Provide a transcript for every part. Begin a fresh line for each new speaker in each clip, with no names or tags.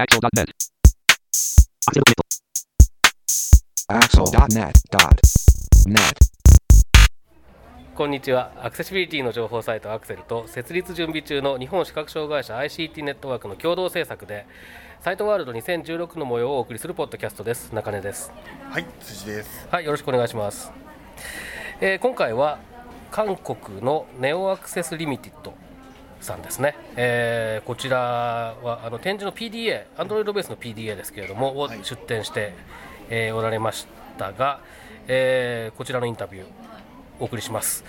Axel.net.
Axel.net. Dot. Net.
こんにちはアクセシビリティの情報サイトアクセルと設立準備中の日本視覚障害者 ICT ネットワークの共同制作でサイトワールド2016の模様をお送りするポッドキャストです中根です
はい、辻です。
はいよろしくお願いします、えー今回は韓国のネオアクセスリミテッドさんですね、えーこちらはあの展示の PDA アンドロイドベースの PDA ですけれども、を
はい
出展して、えーおられましたが、えーこちらのインタビューお送りします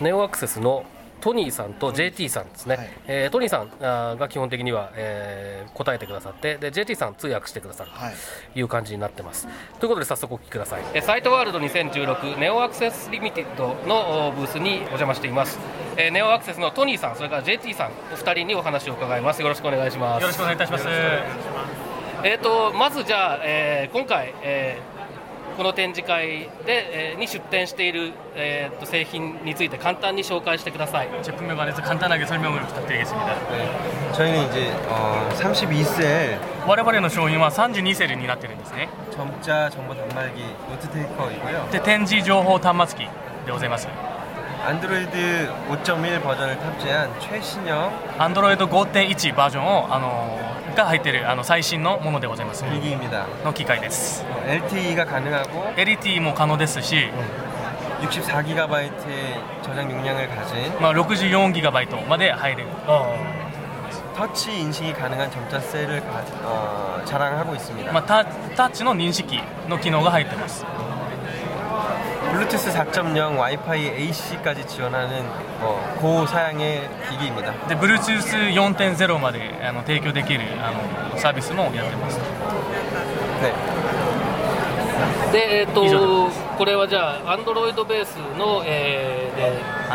ネオアクセスのトニーさんと JT さんですね、
はい
えートニーさんあーが基本的には、えー答えてくださってで JT さん通訳してくださる
はい。
いう感じになってます。ということで早速お聞きください。えサイトワールド2016ネオアクセスリミテッドのおブースにお邪魔しています。えーネオアクセスのトニーさん、それから JT さん、お二人にお話を伺います。よろしくお願いします。
よろしくお願いいたします。
えっ、とまずじゃあ、えー今回、えーこの展示会で、えーに出展している、えーと製品について簡単に紹介してください。
제품에 관해서 간단하게 설명을 부탁드리겠습니다.
네, 저희는 이제 어, 32세
와레바레노 쇼이와 산지니세를 니나테르인데스네.
점자 정보 단말기 노트테이커이고요.
네. 텐지 조호 탄마스키 데오세마스.
안드로이드 5.1 버전을 탑재한 최신형
안드로이드 5.1 버전을 아노 가入ってる 아노 最新のものでございます.
기기입니다.
の機械です。
어, LTE가 가능하고
LT も可能ですし、
64GB의 저장 용량을 가진
まあ64ギガバイトまで入れる。
터치 인식이 가능한 점자 셀을 가- 어, 자랑하고 있습니다.
まあタタッチの認識の機能が入ってます。
블루투스 4.0 와이파이 AC까지 지원하는 어, 고사양의 기기입니다.
で、Bluetooth 4.0まであの提供できるあのサービスもやってます。
네.
でえっ、
以上
とこれはじゃあアンドロイドベースの、え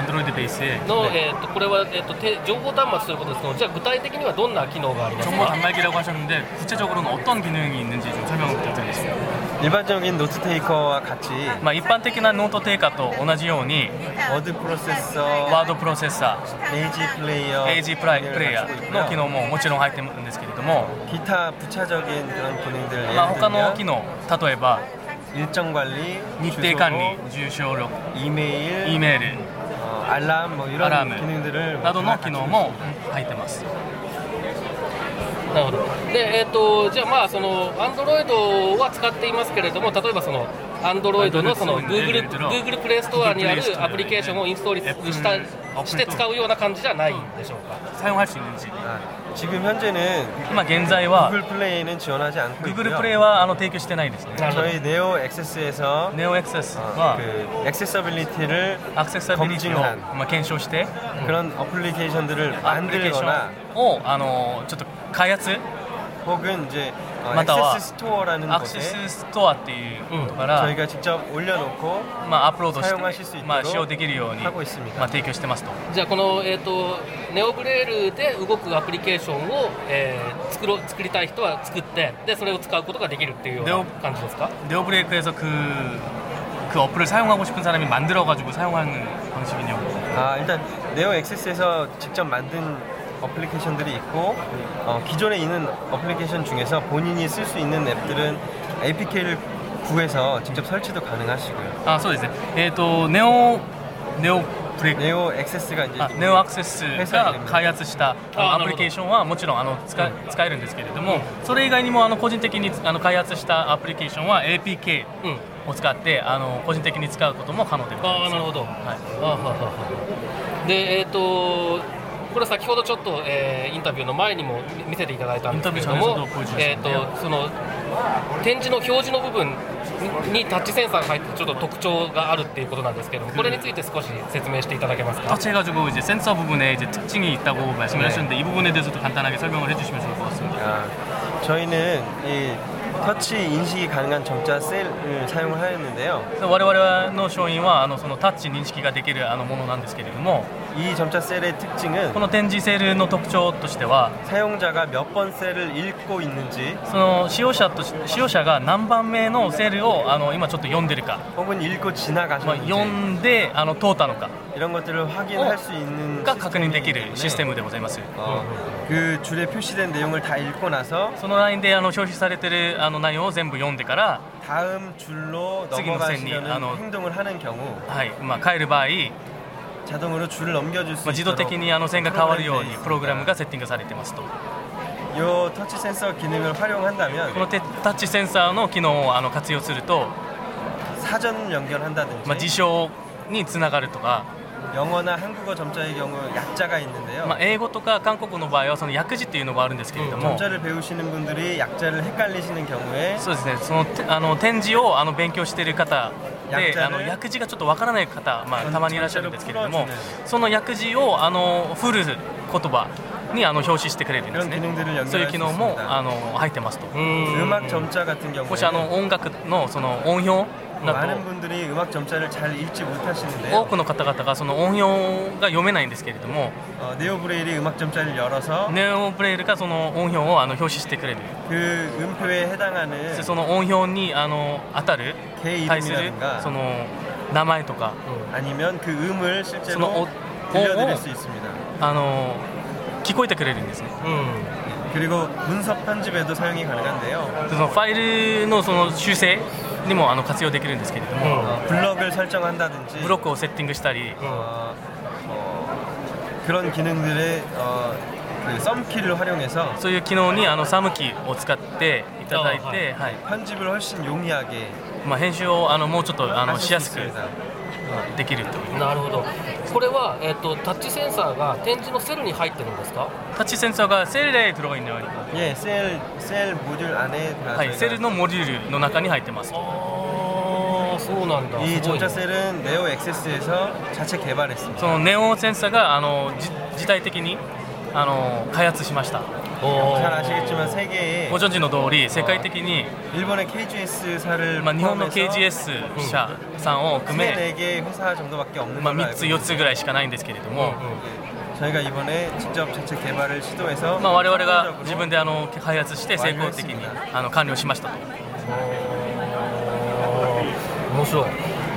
ーで
Android ベースで。
の、えー、とこれは、えー、とて情報端末ということですけどじゃあ具体的にはどんな機能があります
정보
か
단말기라고 하셨는데 구체적으로는 어떤 기능이 있는지 좀 설명 부탁드리겠습니다.
일반적인 노트테이커와 같이
まあ一般的なノートテイカと同じように
워드 프로세서
ワードプロセッサ
AG 플레이어,
ー、AG プライプレイヤーの機能ももちろん入ってるんですけれども、
기타 부차적인 그런 기능들
まあ
예를
他の機
들면
能、例えば
일정 관리,
日程
주소록,
管理、住所録、
이메일,
E メール
어, 알람 뭐
アラ
이런
ー
기능들을 뭐
ムなどの
다
機能も入ってます。
なるほどでえっ、とじゃあまあそのアンドロイドは使っていますけれども例えばそのアンドロイドのその Google, Google プレイストアにあるアプリケーションをインストールしたして使うような感じじゃないんでしょうか
사용할수있는지
아, 지금 현재는
今現在は
구글 플레이는 지원하지 않고
Google
있고요.
プレイはあの提供してないですね。
저희 네오 엑세스에서
Neo Access
어,
は
그 액세서빌리티를
アクセサビリティを
검증한
まあ検証して。
그런 어플리케이션들을
アプリケーシ
만들거나
ョンをあのちょっと開発
혹은 이제 어,
맞다와.
액세스 스토어라는
アクセ
곳에
スストアっていうとこから
저희가 직접 올려놓고
まあアップロード
사용하실
し
수
て
있도록
まあ使用できるように
하고있습니다
まあ提供してますと。
じゃあこの、えっとネオブレールで動くアプリケーションを、えー作ろ作りたい人は作ってでそれを使うことができるっていうような感じですか
네오브레이크에서 그 그 어플을 사용하고 싶은 사람이 만들어 가지고 사용하는 방식이냐고.
아 일단 네오 엑세스에서 직접 만든 어플리케이션들이 있고 어, 기존에 있는 어플리케이션 중에서 본인이 쓸 수 있는 앱들은 APK를 구해서 직접 설치도 가능하시고요.
아, そうですね. 에, 또 네오 네오 브레이크
아, 네오 엑세스가 이제
あネオアクセスが開発した
あ
あ
なるほど
のアプリケーションはもちろんあの使,、使えるんですけれども、それ以外にもあの個人的にあの開発したアプリケーションは APK
うん
を使ってあの個人的に使うことも可能でござい
あ
ま
あ
す
なるほど、
はい
あはははでえっ、とこれ先ほどちょっと、えーインタビューの前にも見見せていただいたんですけれど
インタ
も
ビューチャンネル登録、
えっ、とその展示の表示の部分ににタッチセンサーが入ってちょっと特徴があるっていうことなんですけれども、これについて少し説明していただけますか。
터치해가지고 이제 센서 부분에 이제 특징이 있다고 말씀을
네.
하셨는데 이 부분에 대해서도 간단하게 설명을 해주시면 좋을 것 같습니다.
아, 저희는 이 터치 인식이 가능한 점자 셀을 사용을 하였는데요.
我々の商品はあのそのタッチ認識ができるあのものなんですけれども、
이 점자 셀의 특징은
この展示セールの特徴としては
사용자가 몇 번 셀을 읽고 있는지
その使用者とし使用者が何番目のセールをあの今ちょっと読んでるか、
혹은 읽고
まあ
지나가셨는지
読んであの通ったのか
이런 것들을
어.
확인할 수 있는
が確認できる
시스템이기 때문에
システムでございます。
어, 그 줄에 표시된 내용을 다 읽고 나서
そのラインであの表示されてるあの内容を全部読んでから、
다음 줄로
지금 선생님, 아, 너-
넘어가시려는 행동을 하는 경우
はいまあ、帰る場合、
자동으로 줄을 넘겨줄 수
まあ、自動
있도록
的にあの線が変わるように
프로그램돼
プログラムがセッティングされてますと
있습니다. 요 터치 센서 기능을
こ
활용한다면
のテタッチセンサーの機能をあの活用すると、
사전
まあ、事
뭐 연결한다든지
象につながるとか、
영어나 한국어 점자의 경우 약자가 있는데요.
まあ、英語とか韓国の場合はその訳字っていうのがあるんですけれども、
점자를 배우시는 분들이 약자를 헷갈리시는 경우에
そうですねそのてあの展示をあの勉強している方
薬
で
剤
あの薬字がちょっとわからない方、ま
う
あ、
ん
たまにいらっしゃるんですけれど
そう
も
ですね
その薬字をあのフル言葉にあの表示してくれるんです
이런
ね
기능들을
そういう
연결할 수
機能もあ
있습니다.
の入ってますと
음악 점자 같은
もしあの
경우에
音楽のその音表
어, 많은
だ
분들이 음악 점자를 잘 읽지
と多
못하시는데요.
くの方々がその音表が読めないんですけれども
어, 네오 브레일이 음악 점자를 열어서
ネオブレイルがその音表をあの表示してくれる
그 음표에 해당하는
その音表にあの当たる
개
対する
이름이라든가
その名前とか
아니면 그 음을
その
실제로
お音
들려드릴
を
수 있습니다.
あの聞こえてくれるんですね
그리고 문서 편집에도 사용이 가능한데요.
そのファイルのその修正にもあの活用できるんですけれども、
어, 블럭을 설정한다든지
ブロックをセッティングしたり、
어, 어, 그런 기능들의 어, 그 썸키를 활용해서
そういう機能にあのサムキーを使っていただいて、
あは
はいい
편집을 훨씬 용이하게
まあ、編集をあのもうちょっとあのしや
할
すく
있습니다.
できるという
なるほどこれは、えっとタッチセンサーが展示のセルに入ってるんですか
タッチセンサーがセルレイドロインのように、
예, 셀, 셀 모듈 안에 다
はい、
저희가
セルのモデュールの中に入ってます
ああそうなんだ
이
すごいね
점자 셀은 네오 엑세스에서 자체 개발했습니다.
そのネオセンサーがあのじ自体的にあの開発しました
おー
잘 아시겠지만 세계에
ご存知の通り世界的に、
일본의 KGS사를
まあ、日本の
포함해서
KGS 社さんを含め、
세네개 회사 정도밖에 없는
まあ、
걸로
3
알고
つ4
있습니다. 네.
つぐらいしかないんですけれども、
저희가 이번에 직접 자체 개발을 시도해서
まあ、我々が
성공적으로
自分であの開発して成功的にあの完了しましたと
面白い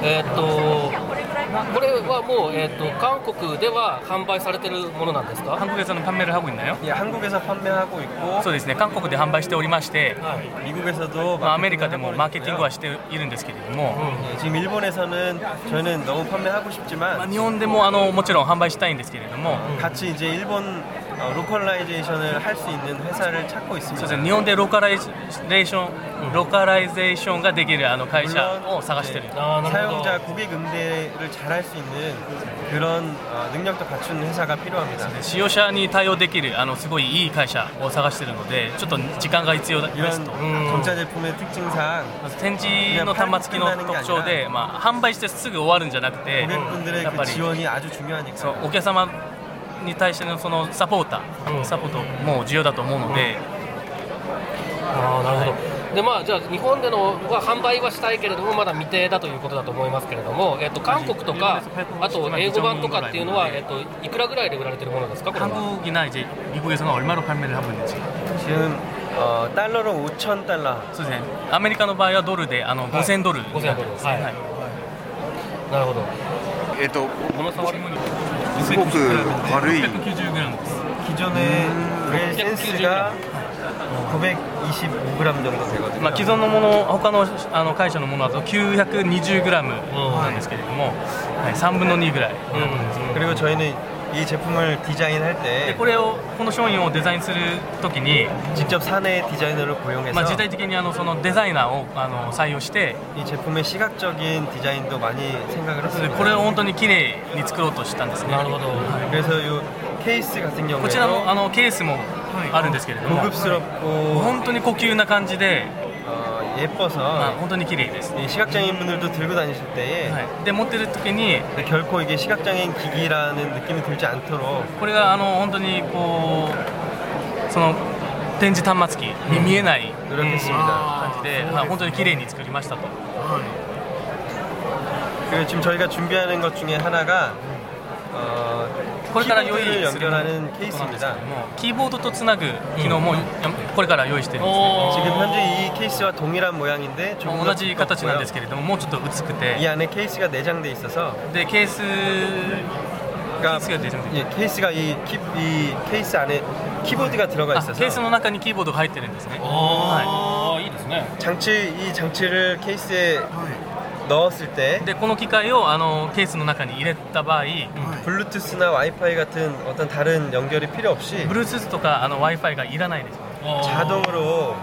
えーっとこれはもう、えーっと韓国では販売されてるものなんですか
韓国에서는판매를하고있나요
예, 한국에서 판매하고 있고
そうですね韓国で販売しておりまして、
미국에서도
まあ、アメリ
뭐 마케팅을
カでも
하고
マーケティングは
있고요.
しているんですけれども、
예, 지금 일본에서는 저희는 너무 판매하고
まあ、
싶지만
日本でもあのもちろん販売したいんですけれども、
같이 이제 일본 어, 로컬라이제이션을 할 수 있는 회사를 찾고
そう
있습니다.
ですね日本でローカライゼーション、ローカライゼーションができるあの会社
물론
を探してる
이제
あーなるほど
사용자 고객 응대를 잘 할 수 있는 그런 어, 능력도 갖춘 회사가 필요합니다.
使用者に対応できるあのすごいいい会社を探してるのでちょっと時間が必要で
이런
すと。
전자 제품의 특징상
まず展示の端末機の特徴で、まあ、販売してすぐ終わるんじゃなくて、
고객분들의
やっぱ
그
り
지원이 아주
そう
중요하니까
お客様に対してのそのサポータ
うん
ー、サポートも重要だと思うので、
ああなるほどでまあじゃあ日本でのは販売はしたいけれどもまだ未定だということだと思いますけれども、えーっと韓国とかあと英語版とかっていうのは、えーっといくらぐらいで売られてるものですかこれは
韓国な이제미국에서는얼마로판매를하고있는지
지금 어, 달러로 5천 달러
そうですねアメリカの場合はドルであの
はい
5000ドルになってますね、
はい
はい
なるほど
えっと、
この触りも
すごく軽い
690g です
기존에 우리
음.
센스가 925g 정도
まあ、
되거든요.
既存のもの他のあの会社のものだと 920g なんですけれども、はい、3分の2ぐらい、
그리고 저희는 이 제품을 디자인할
で
때
これをこの商品をデザインするときに
직접 사내 디자이너를 고용해서
まあ、時代的にあのそのデザイナーをあの採用して
이 제품의 시각적인 디자인도 많이 생각을
それでこれを
했습니다.
本当に綺麗に作ろうとしたんですね
なるほど、
그래서 이 케이스 같은
こちらの
경우에도
あのケースもあるんですけれども
고급스럽고
本当に高級な感じで、
어, 네.
まあ
예뻐서
本当に綺麗です、
이 시각장애인 분들도 들고 다니실 때에
はい、で持ってる時に
결코 이게 시각장애인 기기라는 느낌이 들지 않도록
これがあの本当にこうその展示端末機に見えない
노력했습니다.
感じで、まあ、本当に綺麗に作りましたと
그리고 지금 저희가 준비하는 것 중에 하나가 어,
これから用意
키보드를
することなん
연결하는
ですけども
케이스입니다.
キーボードとつなぐ機能もこれから用意してるんですね
어.
지금 현재 이 케이스와 동일한 모양인데 조금 더
同じ形なんですけ
두껍고요.
れどももうちょっと薄く
이
て
안에 케이스가 내장돼 있어서
でケースケースが出てるんで
예, 케이스가 이, 키, 이ケ이스 안에 키보드가 들어가
あ
있어서
ケースの中にキーボードが入ってるんですねは
아, 이ですね。
장치 이 장치를 케이스에 넣었을 때
いでこの機械をあのケースの中に入れた場合、
블루투스나 와이파이 같은 어떤 다른 연결이 필요 없이
Bluetooth とかあの Wi-Fi がいらないです
자동으로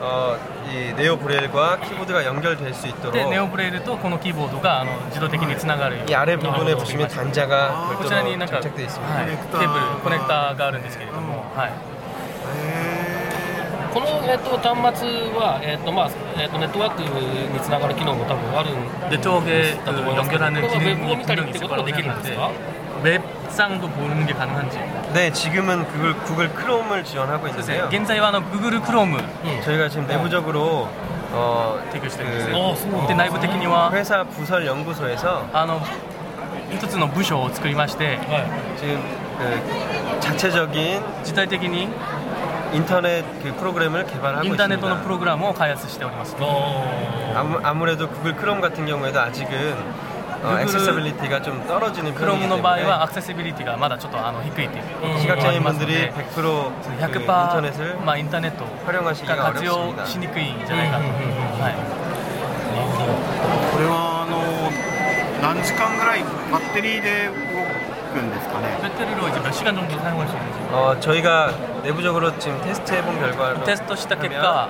어, 이 네오 브레일과 키보드가 연결될 수 있도록
でネオブレイルとこのキーボードがあの自動的につながるように
이 아래 아, 부분에 보시면 단자가
こちらになん
별도로
か、はい、ケ
장착되어 있습니다.
ーブルコネクターがあるんですけれども、はい、
この、えっと端末は、えっとまあえっと、ネットワークにつながる機能も多分あるん
で上下
だと思いますけど、これはウェブを見たりってこともできるんですか
웹상도 보는 게 가능한지.
네, 지금은 구글, 구글 크롬을 지원하고 있는데요.
현재 와는 구글 크롬
저희가 지금 내부적으로 어, 그
で内部的には
회사 부설 연구소에서
あの一つの部署を作りまして、
지금 그 자체적인
実体的に
인터넷 그 프로그램을 개발하고
インターネットのプ
있습니다.
ログラムを開発しております。
아무, 아무래도 구글 크롬 같은 경우에도 아직은 어,
구글-
액세서빌리티가 좀 떨어지는
クロム
편이기
の場合
때문에
はアクセシビリティがまだちょっとあの低いっていう
시각장애인
아,
분들이 100%그
100%パー
인터넷을
まあインターネットを
활용하시기가
が活用
어렵습니다.
しにくいんじゃないかと、
うんうんうんうん
はい、
これはあの何時間ぐらいバッテリーで動くんですかね
배터리로 이제 몇 시간 정도 사용할 수 있는지
어, 저희가 내부적으로 지금 테스트해본 결과로
그 테스트 시작했다.
하면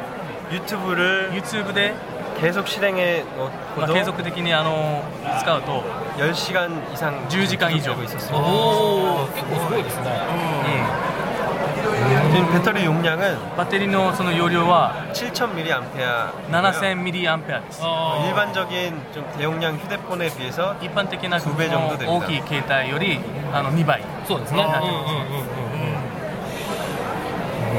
유튜브를
유튜브 아, で、
계속 실행해
ま
놓고도
あ、継続的にあの使うと、
10시간 이상
10시간 이죠.
지속되고 있었습니다.
おー結構すごいですね。
지금 배터리 용량은
バッテリーのその容量は
7,000mAh
7000mAh です。
어, 일반적인 좀 대용량 휴대폰에 비해서
一般的な
두배
この
정도됩니다
大きい携帯よりあの2倍。
そうですね。
あ
う
ー
んうんうんうんうんう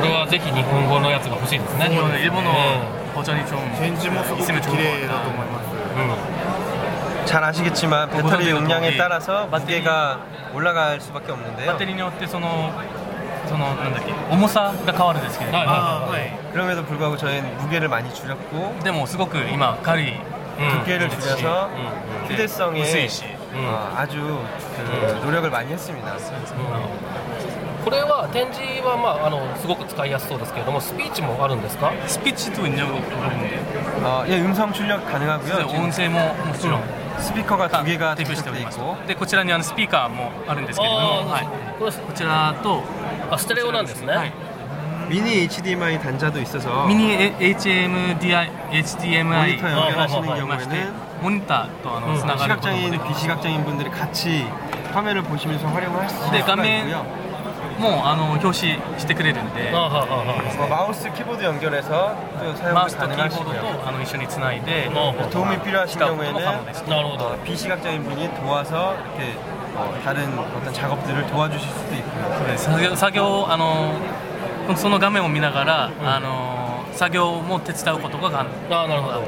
ーんこれはぜひ日本語のやつが欲しいですね。
日本の日本の
え
包丁にちょん。
展示もすごく綺麗だと思います
えうん
잘 아시겠지만 어, 배터리
보존되는
용량에
동기,
따라서
배터리-
무게가 올라갈 수밖에 없는데요.
バッテリーによってそのそのなんだっけ重さが変わるんですけれど
はい
も、
は
그럼에도 불구하고 저희는 무게를 많이 줄였고
でもすごく今軽い。
いはい。うん
무게를 줄여서
で
휴대성에
薄いし。
어, 아주 그 노력을 많이 했습니다.
これは展示はまああのすごく使いやすそうですけれどもスピーチもあるんですか？
スピーチと인정도부르는데
어, 예, 음성 출력 가능하고요.
音
지금
声ももちろん
스피커가 두
が
개가
提供してお
장착돼
ります
있고
でこちらにあのスピーカーもあるんですけれども、
あー
はい、
これ
こちらと
あステレオなんですね。
はい
미니 HDMI 단자도 있어서
ミニ HMDI HDMI
모니터
あ
연결하시는
りまして
경우에는
モニターとあのつながることもでき
어, 시각장애인 비시각장애인 분들이 같이 화면을 보시면서 활용을 하실
네,
수가
가면-
있고요.
もうあの表示してくれるんで
あははは
어, 마우스 키보드 연결해서 또
マウス
사용이
とキーボー
가능하시고요.
ドとあの一緒につないで
도움이 필요하신
使うことも可能で
경우에는
す
あ。なるほど。
어, 비시각장애인 분이 도와서 이렇게 어, 다른 어떤 작업들을 도와주실 수도 있고요.
そうです作業作業あのその画面を見ながら、あの作業も手伝うことが可能
あなるほど。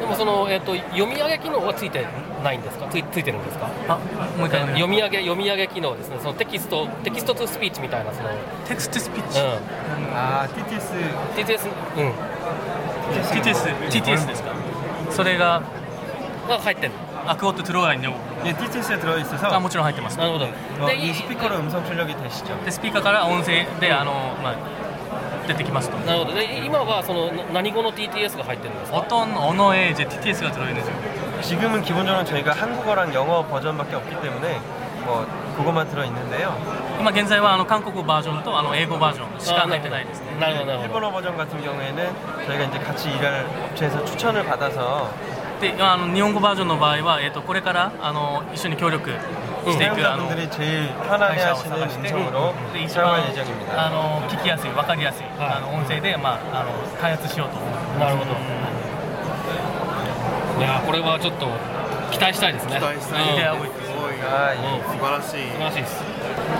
でもそのえっ、と読み上げ機能はついてないんですか？ついついてるんですか？
あもう一回
読み上げ読み上げ機能ですね。そのテキストテキストトゥスピーチみたいなそのうん
テクストスピーチ、
아 TTS
TTS うん
TTS TTS ですかそれが
が入ってる。
アクオットトゥロワインの
예, TTS에 들어
が
있어서
もちろん入ってます
なるほど。
어, 이 스피커로 음성 출력이 되시죠.
でスピーカーから音声であの、まあ、出てきますと
なるほど。で今はそのな何語の TTS が入ってるんですか？
어떤 언어에 이제 TTS가 들어있는지
지금은 기본적으로 저희가 한국어랑 영어 버전밖에 없기 때문에 뭐 그것만 들어 있는데요.
今現在はあの韓国バージョンとあの英語バージョンしか入ってないですね
なるほどなるほど。
일본어 버전 같은 경우에는 저희가 이제 같이 일할 업체에서 추천을 받아서
であの日本語バージョンの場合は、えっとこれからあの一緒に協力していく、あの
사용자분들이 제일 편안해
会社を
하시는
探して、
음성으로
で一番
사용할 예정입니다.
あの聞きやすい、分かりやすい、
い
あの音声で、まあ、あの開発しようと思ってます
なるほどいやーこれはちょっと期待したいですね。
期待したい
うん
ね
であの
すごい
아
素晴らしい
素晴らしいです。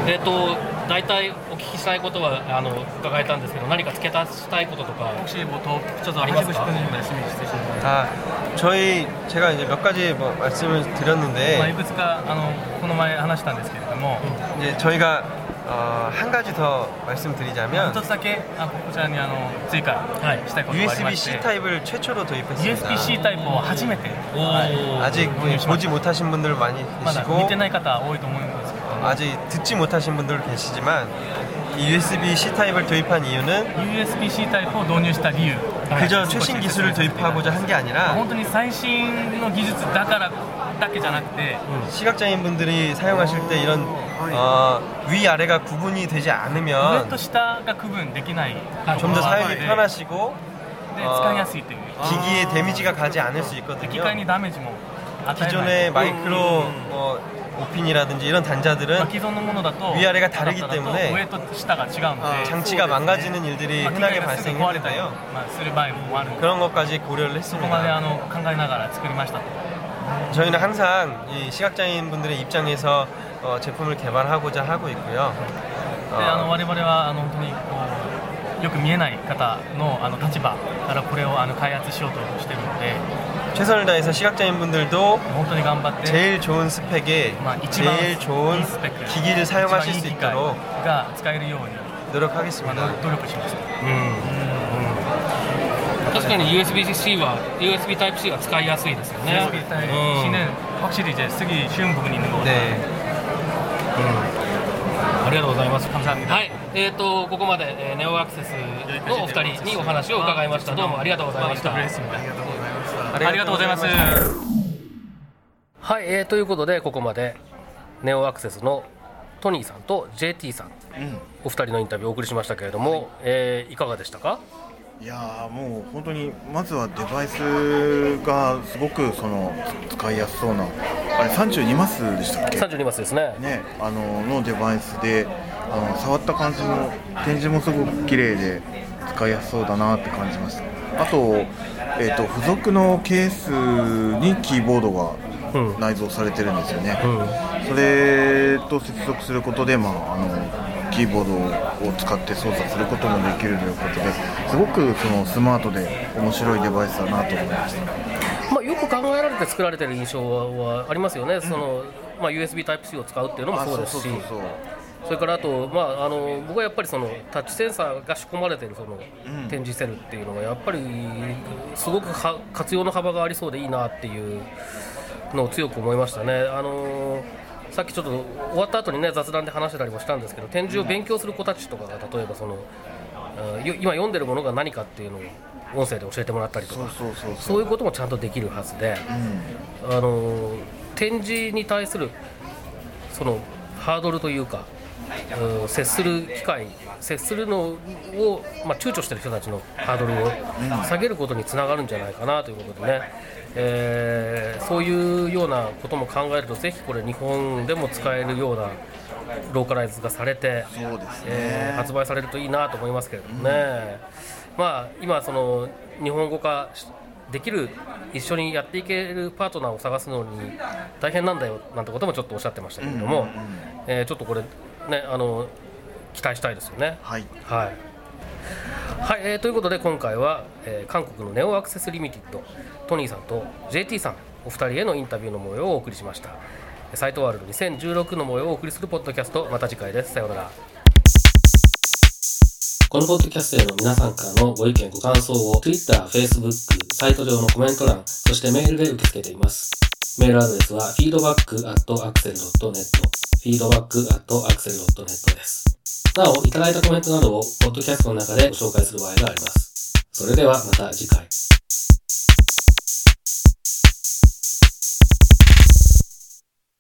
えっ、と大体お聞きしたいことはあの伺えたんですけど何か付け足したいこととか
혹시 뭐 더 붙여서
아니,
하시고
맞다.
싶은 말씀이 있으신가요?
아, 저희 제가 이제 몇 가지 뭐 말씀을
아,
드렸는데
いくつかあのこの前話したんですけれども、
이제 저희가 어, 한 가지 더 말씀드리자면
一つだけあこちらにあの追加したいことがありまして
USB-C 타입을 최초로 도입했습니다. 네.
USB-C タイプを初めて、はい
아직
음,
보지 못하신 분들 많이
まだ見
계시고 어,
てない方多いと思うんですけど
아직 듣지 못하신 분들 계시지만 이 USB-C 타입을 도입한 이유는
USB-C タイプを導入した理由
그저 최신 기술을
ご
도입하고자 한 게
あ
네, 아니라
本当に最新の技術だからだけじゃなくて、
시각장애인 분들이 사용하실 때 이런 어, 위 아래가 구분이 되지
上
않으면
と下が区分できない
좀 더 사용이
네.
편하시고
で
あー
使いやすいという
기기에 데미지가 가지 않을 수
機
있거든요.
械にダメージも与えない
기존의 마이크로 아, 어, 오핀이라든지 이런
まあ
단자들은
既存のものだと
위아래가 다르기
だと
때문에
上と下が違うので
장치가 망가지는 일들이
まあ機械
흔하게
がすぐ壊れたり、
발생했는데요.
まあ、する場合もあるので
그런 것까지 고려를
そこまで
했습니다.
あの考えながら作りましたと
저희는 항상 이 시각장애인 분들의 입장에서 어, 제품을 개발하고자 하고 있고요.
であの
어,
我々はあの本当にこうよく見えない方のあの立場からこれをあの開発しようとしてるので
최선을 다해서 시각장애인 분들도
本当に頑張って
네. 제일 좋은 스펙에
まあ、一番
제일
い
좋은
いスペック
기기를
一番
사용하실
いい
수
機械
있도록
が使えるように、
노력하겠습니다.
あ、努力しました
確かに USB-C は USB Type-C が使いやすいですよね
USB 타입C는 확실히 이제 쓰기 쉬운 부분이 있는 거고
네.
ありがとうございます
감사합니다
はい、えー、とここまで、えーネオアクセスのお二人にお話を伺いましたどうもありがとうございました。
수고하셨습니다. ありがとう
아리가또
ございま
고자이마스.
す
はい、えーということでここまでネオアクセスのトニーさんと JT さん、お二人のインタビューをお送りしましたけれども、いえーいかがでしたか
いやーもう本当にまずはデバイスがすごくその使いやすそうなあれ32マスでしたっけ
32マスですね
ねあののデバイスであの触った感じも展示もすごく綺麗で使いやすそうだなって感じましたあと,、えー、と付属のケースにキーボードが
うん
内蔵されてるんですよね、
うん
それと接続することで、まあ、あのキーボードを使って操作することもできるということですごくそのスマートで面白いデバイスだなと思いました
まあ、よく考えられて作られてる印象ははありますよね、そのまあ、USB Type-C を使うっていうのもそうですし
あそうそうそうそう
それからあと、まあ、あの僕はやっぱりそのタッチセンサーが仕込まれてるその展示セルっていうのがやっぱりすごくは活用の幅がありそうでいいなっていうのを強く思いましたね。あのさっきちょっと終わった後にね雑談で話してたりもしたんですけど展示を勉強する子たちとかが例えばその、うんよ今読んでるものが何かっていうのを音声で教えてもらったりとか
そうそうそう
そういうこともちゃんとできるはずで、あの展示に対するそのハードルというか、うん接する機会接するのを、まあ、躊躇してる人たちのハードルを下げることにつながるんじゃないかなということでね、えーそういうようなことも考えるとぜひこれ日本でも使えるようなローカライズがされて
そうですね
えー発売されるといいなと思いますけれどもね、まあ今その日本語化しできる一緒にやっていけるパートナーを探すのに大変なんだよなんてこともちょっとおっしゃってましたけれども、えーちょっとこれねあの期待したいですよね。
はい
はいはい、えーということで今回は、えー韓国のネオアクセスリミテッドトニーさんと JT さんお二人へのインタビューの模様をお送りしましたサイトワールド2016の模様をお送りするポッドキャストまた次回ですさようならこのポッドキャストへの皆さんからのご意見ご感想を Twitter、Facebook、サイト上のコメント欄そしてメールで受け付けていますメールアドレスは feedback.axel.net feedback.axel.net ですなお、いただいたコメントなどを、ポッドキャストの中でご紹介する場合があります。それではまた次回。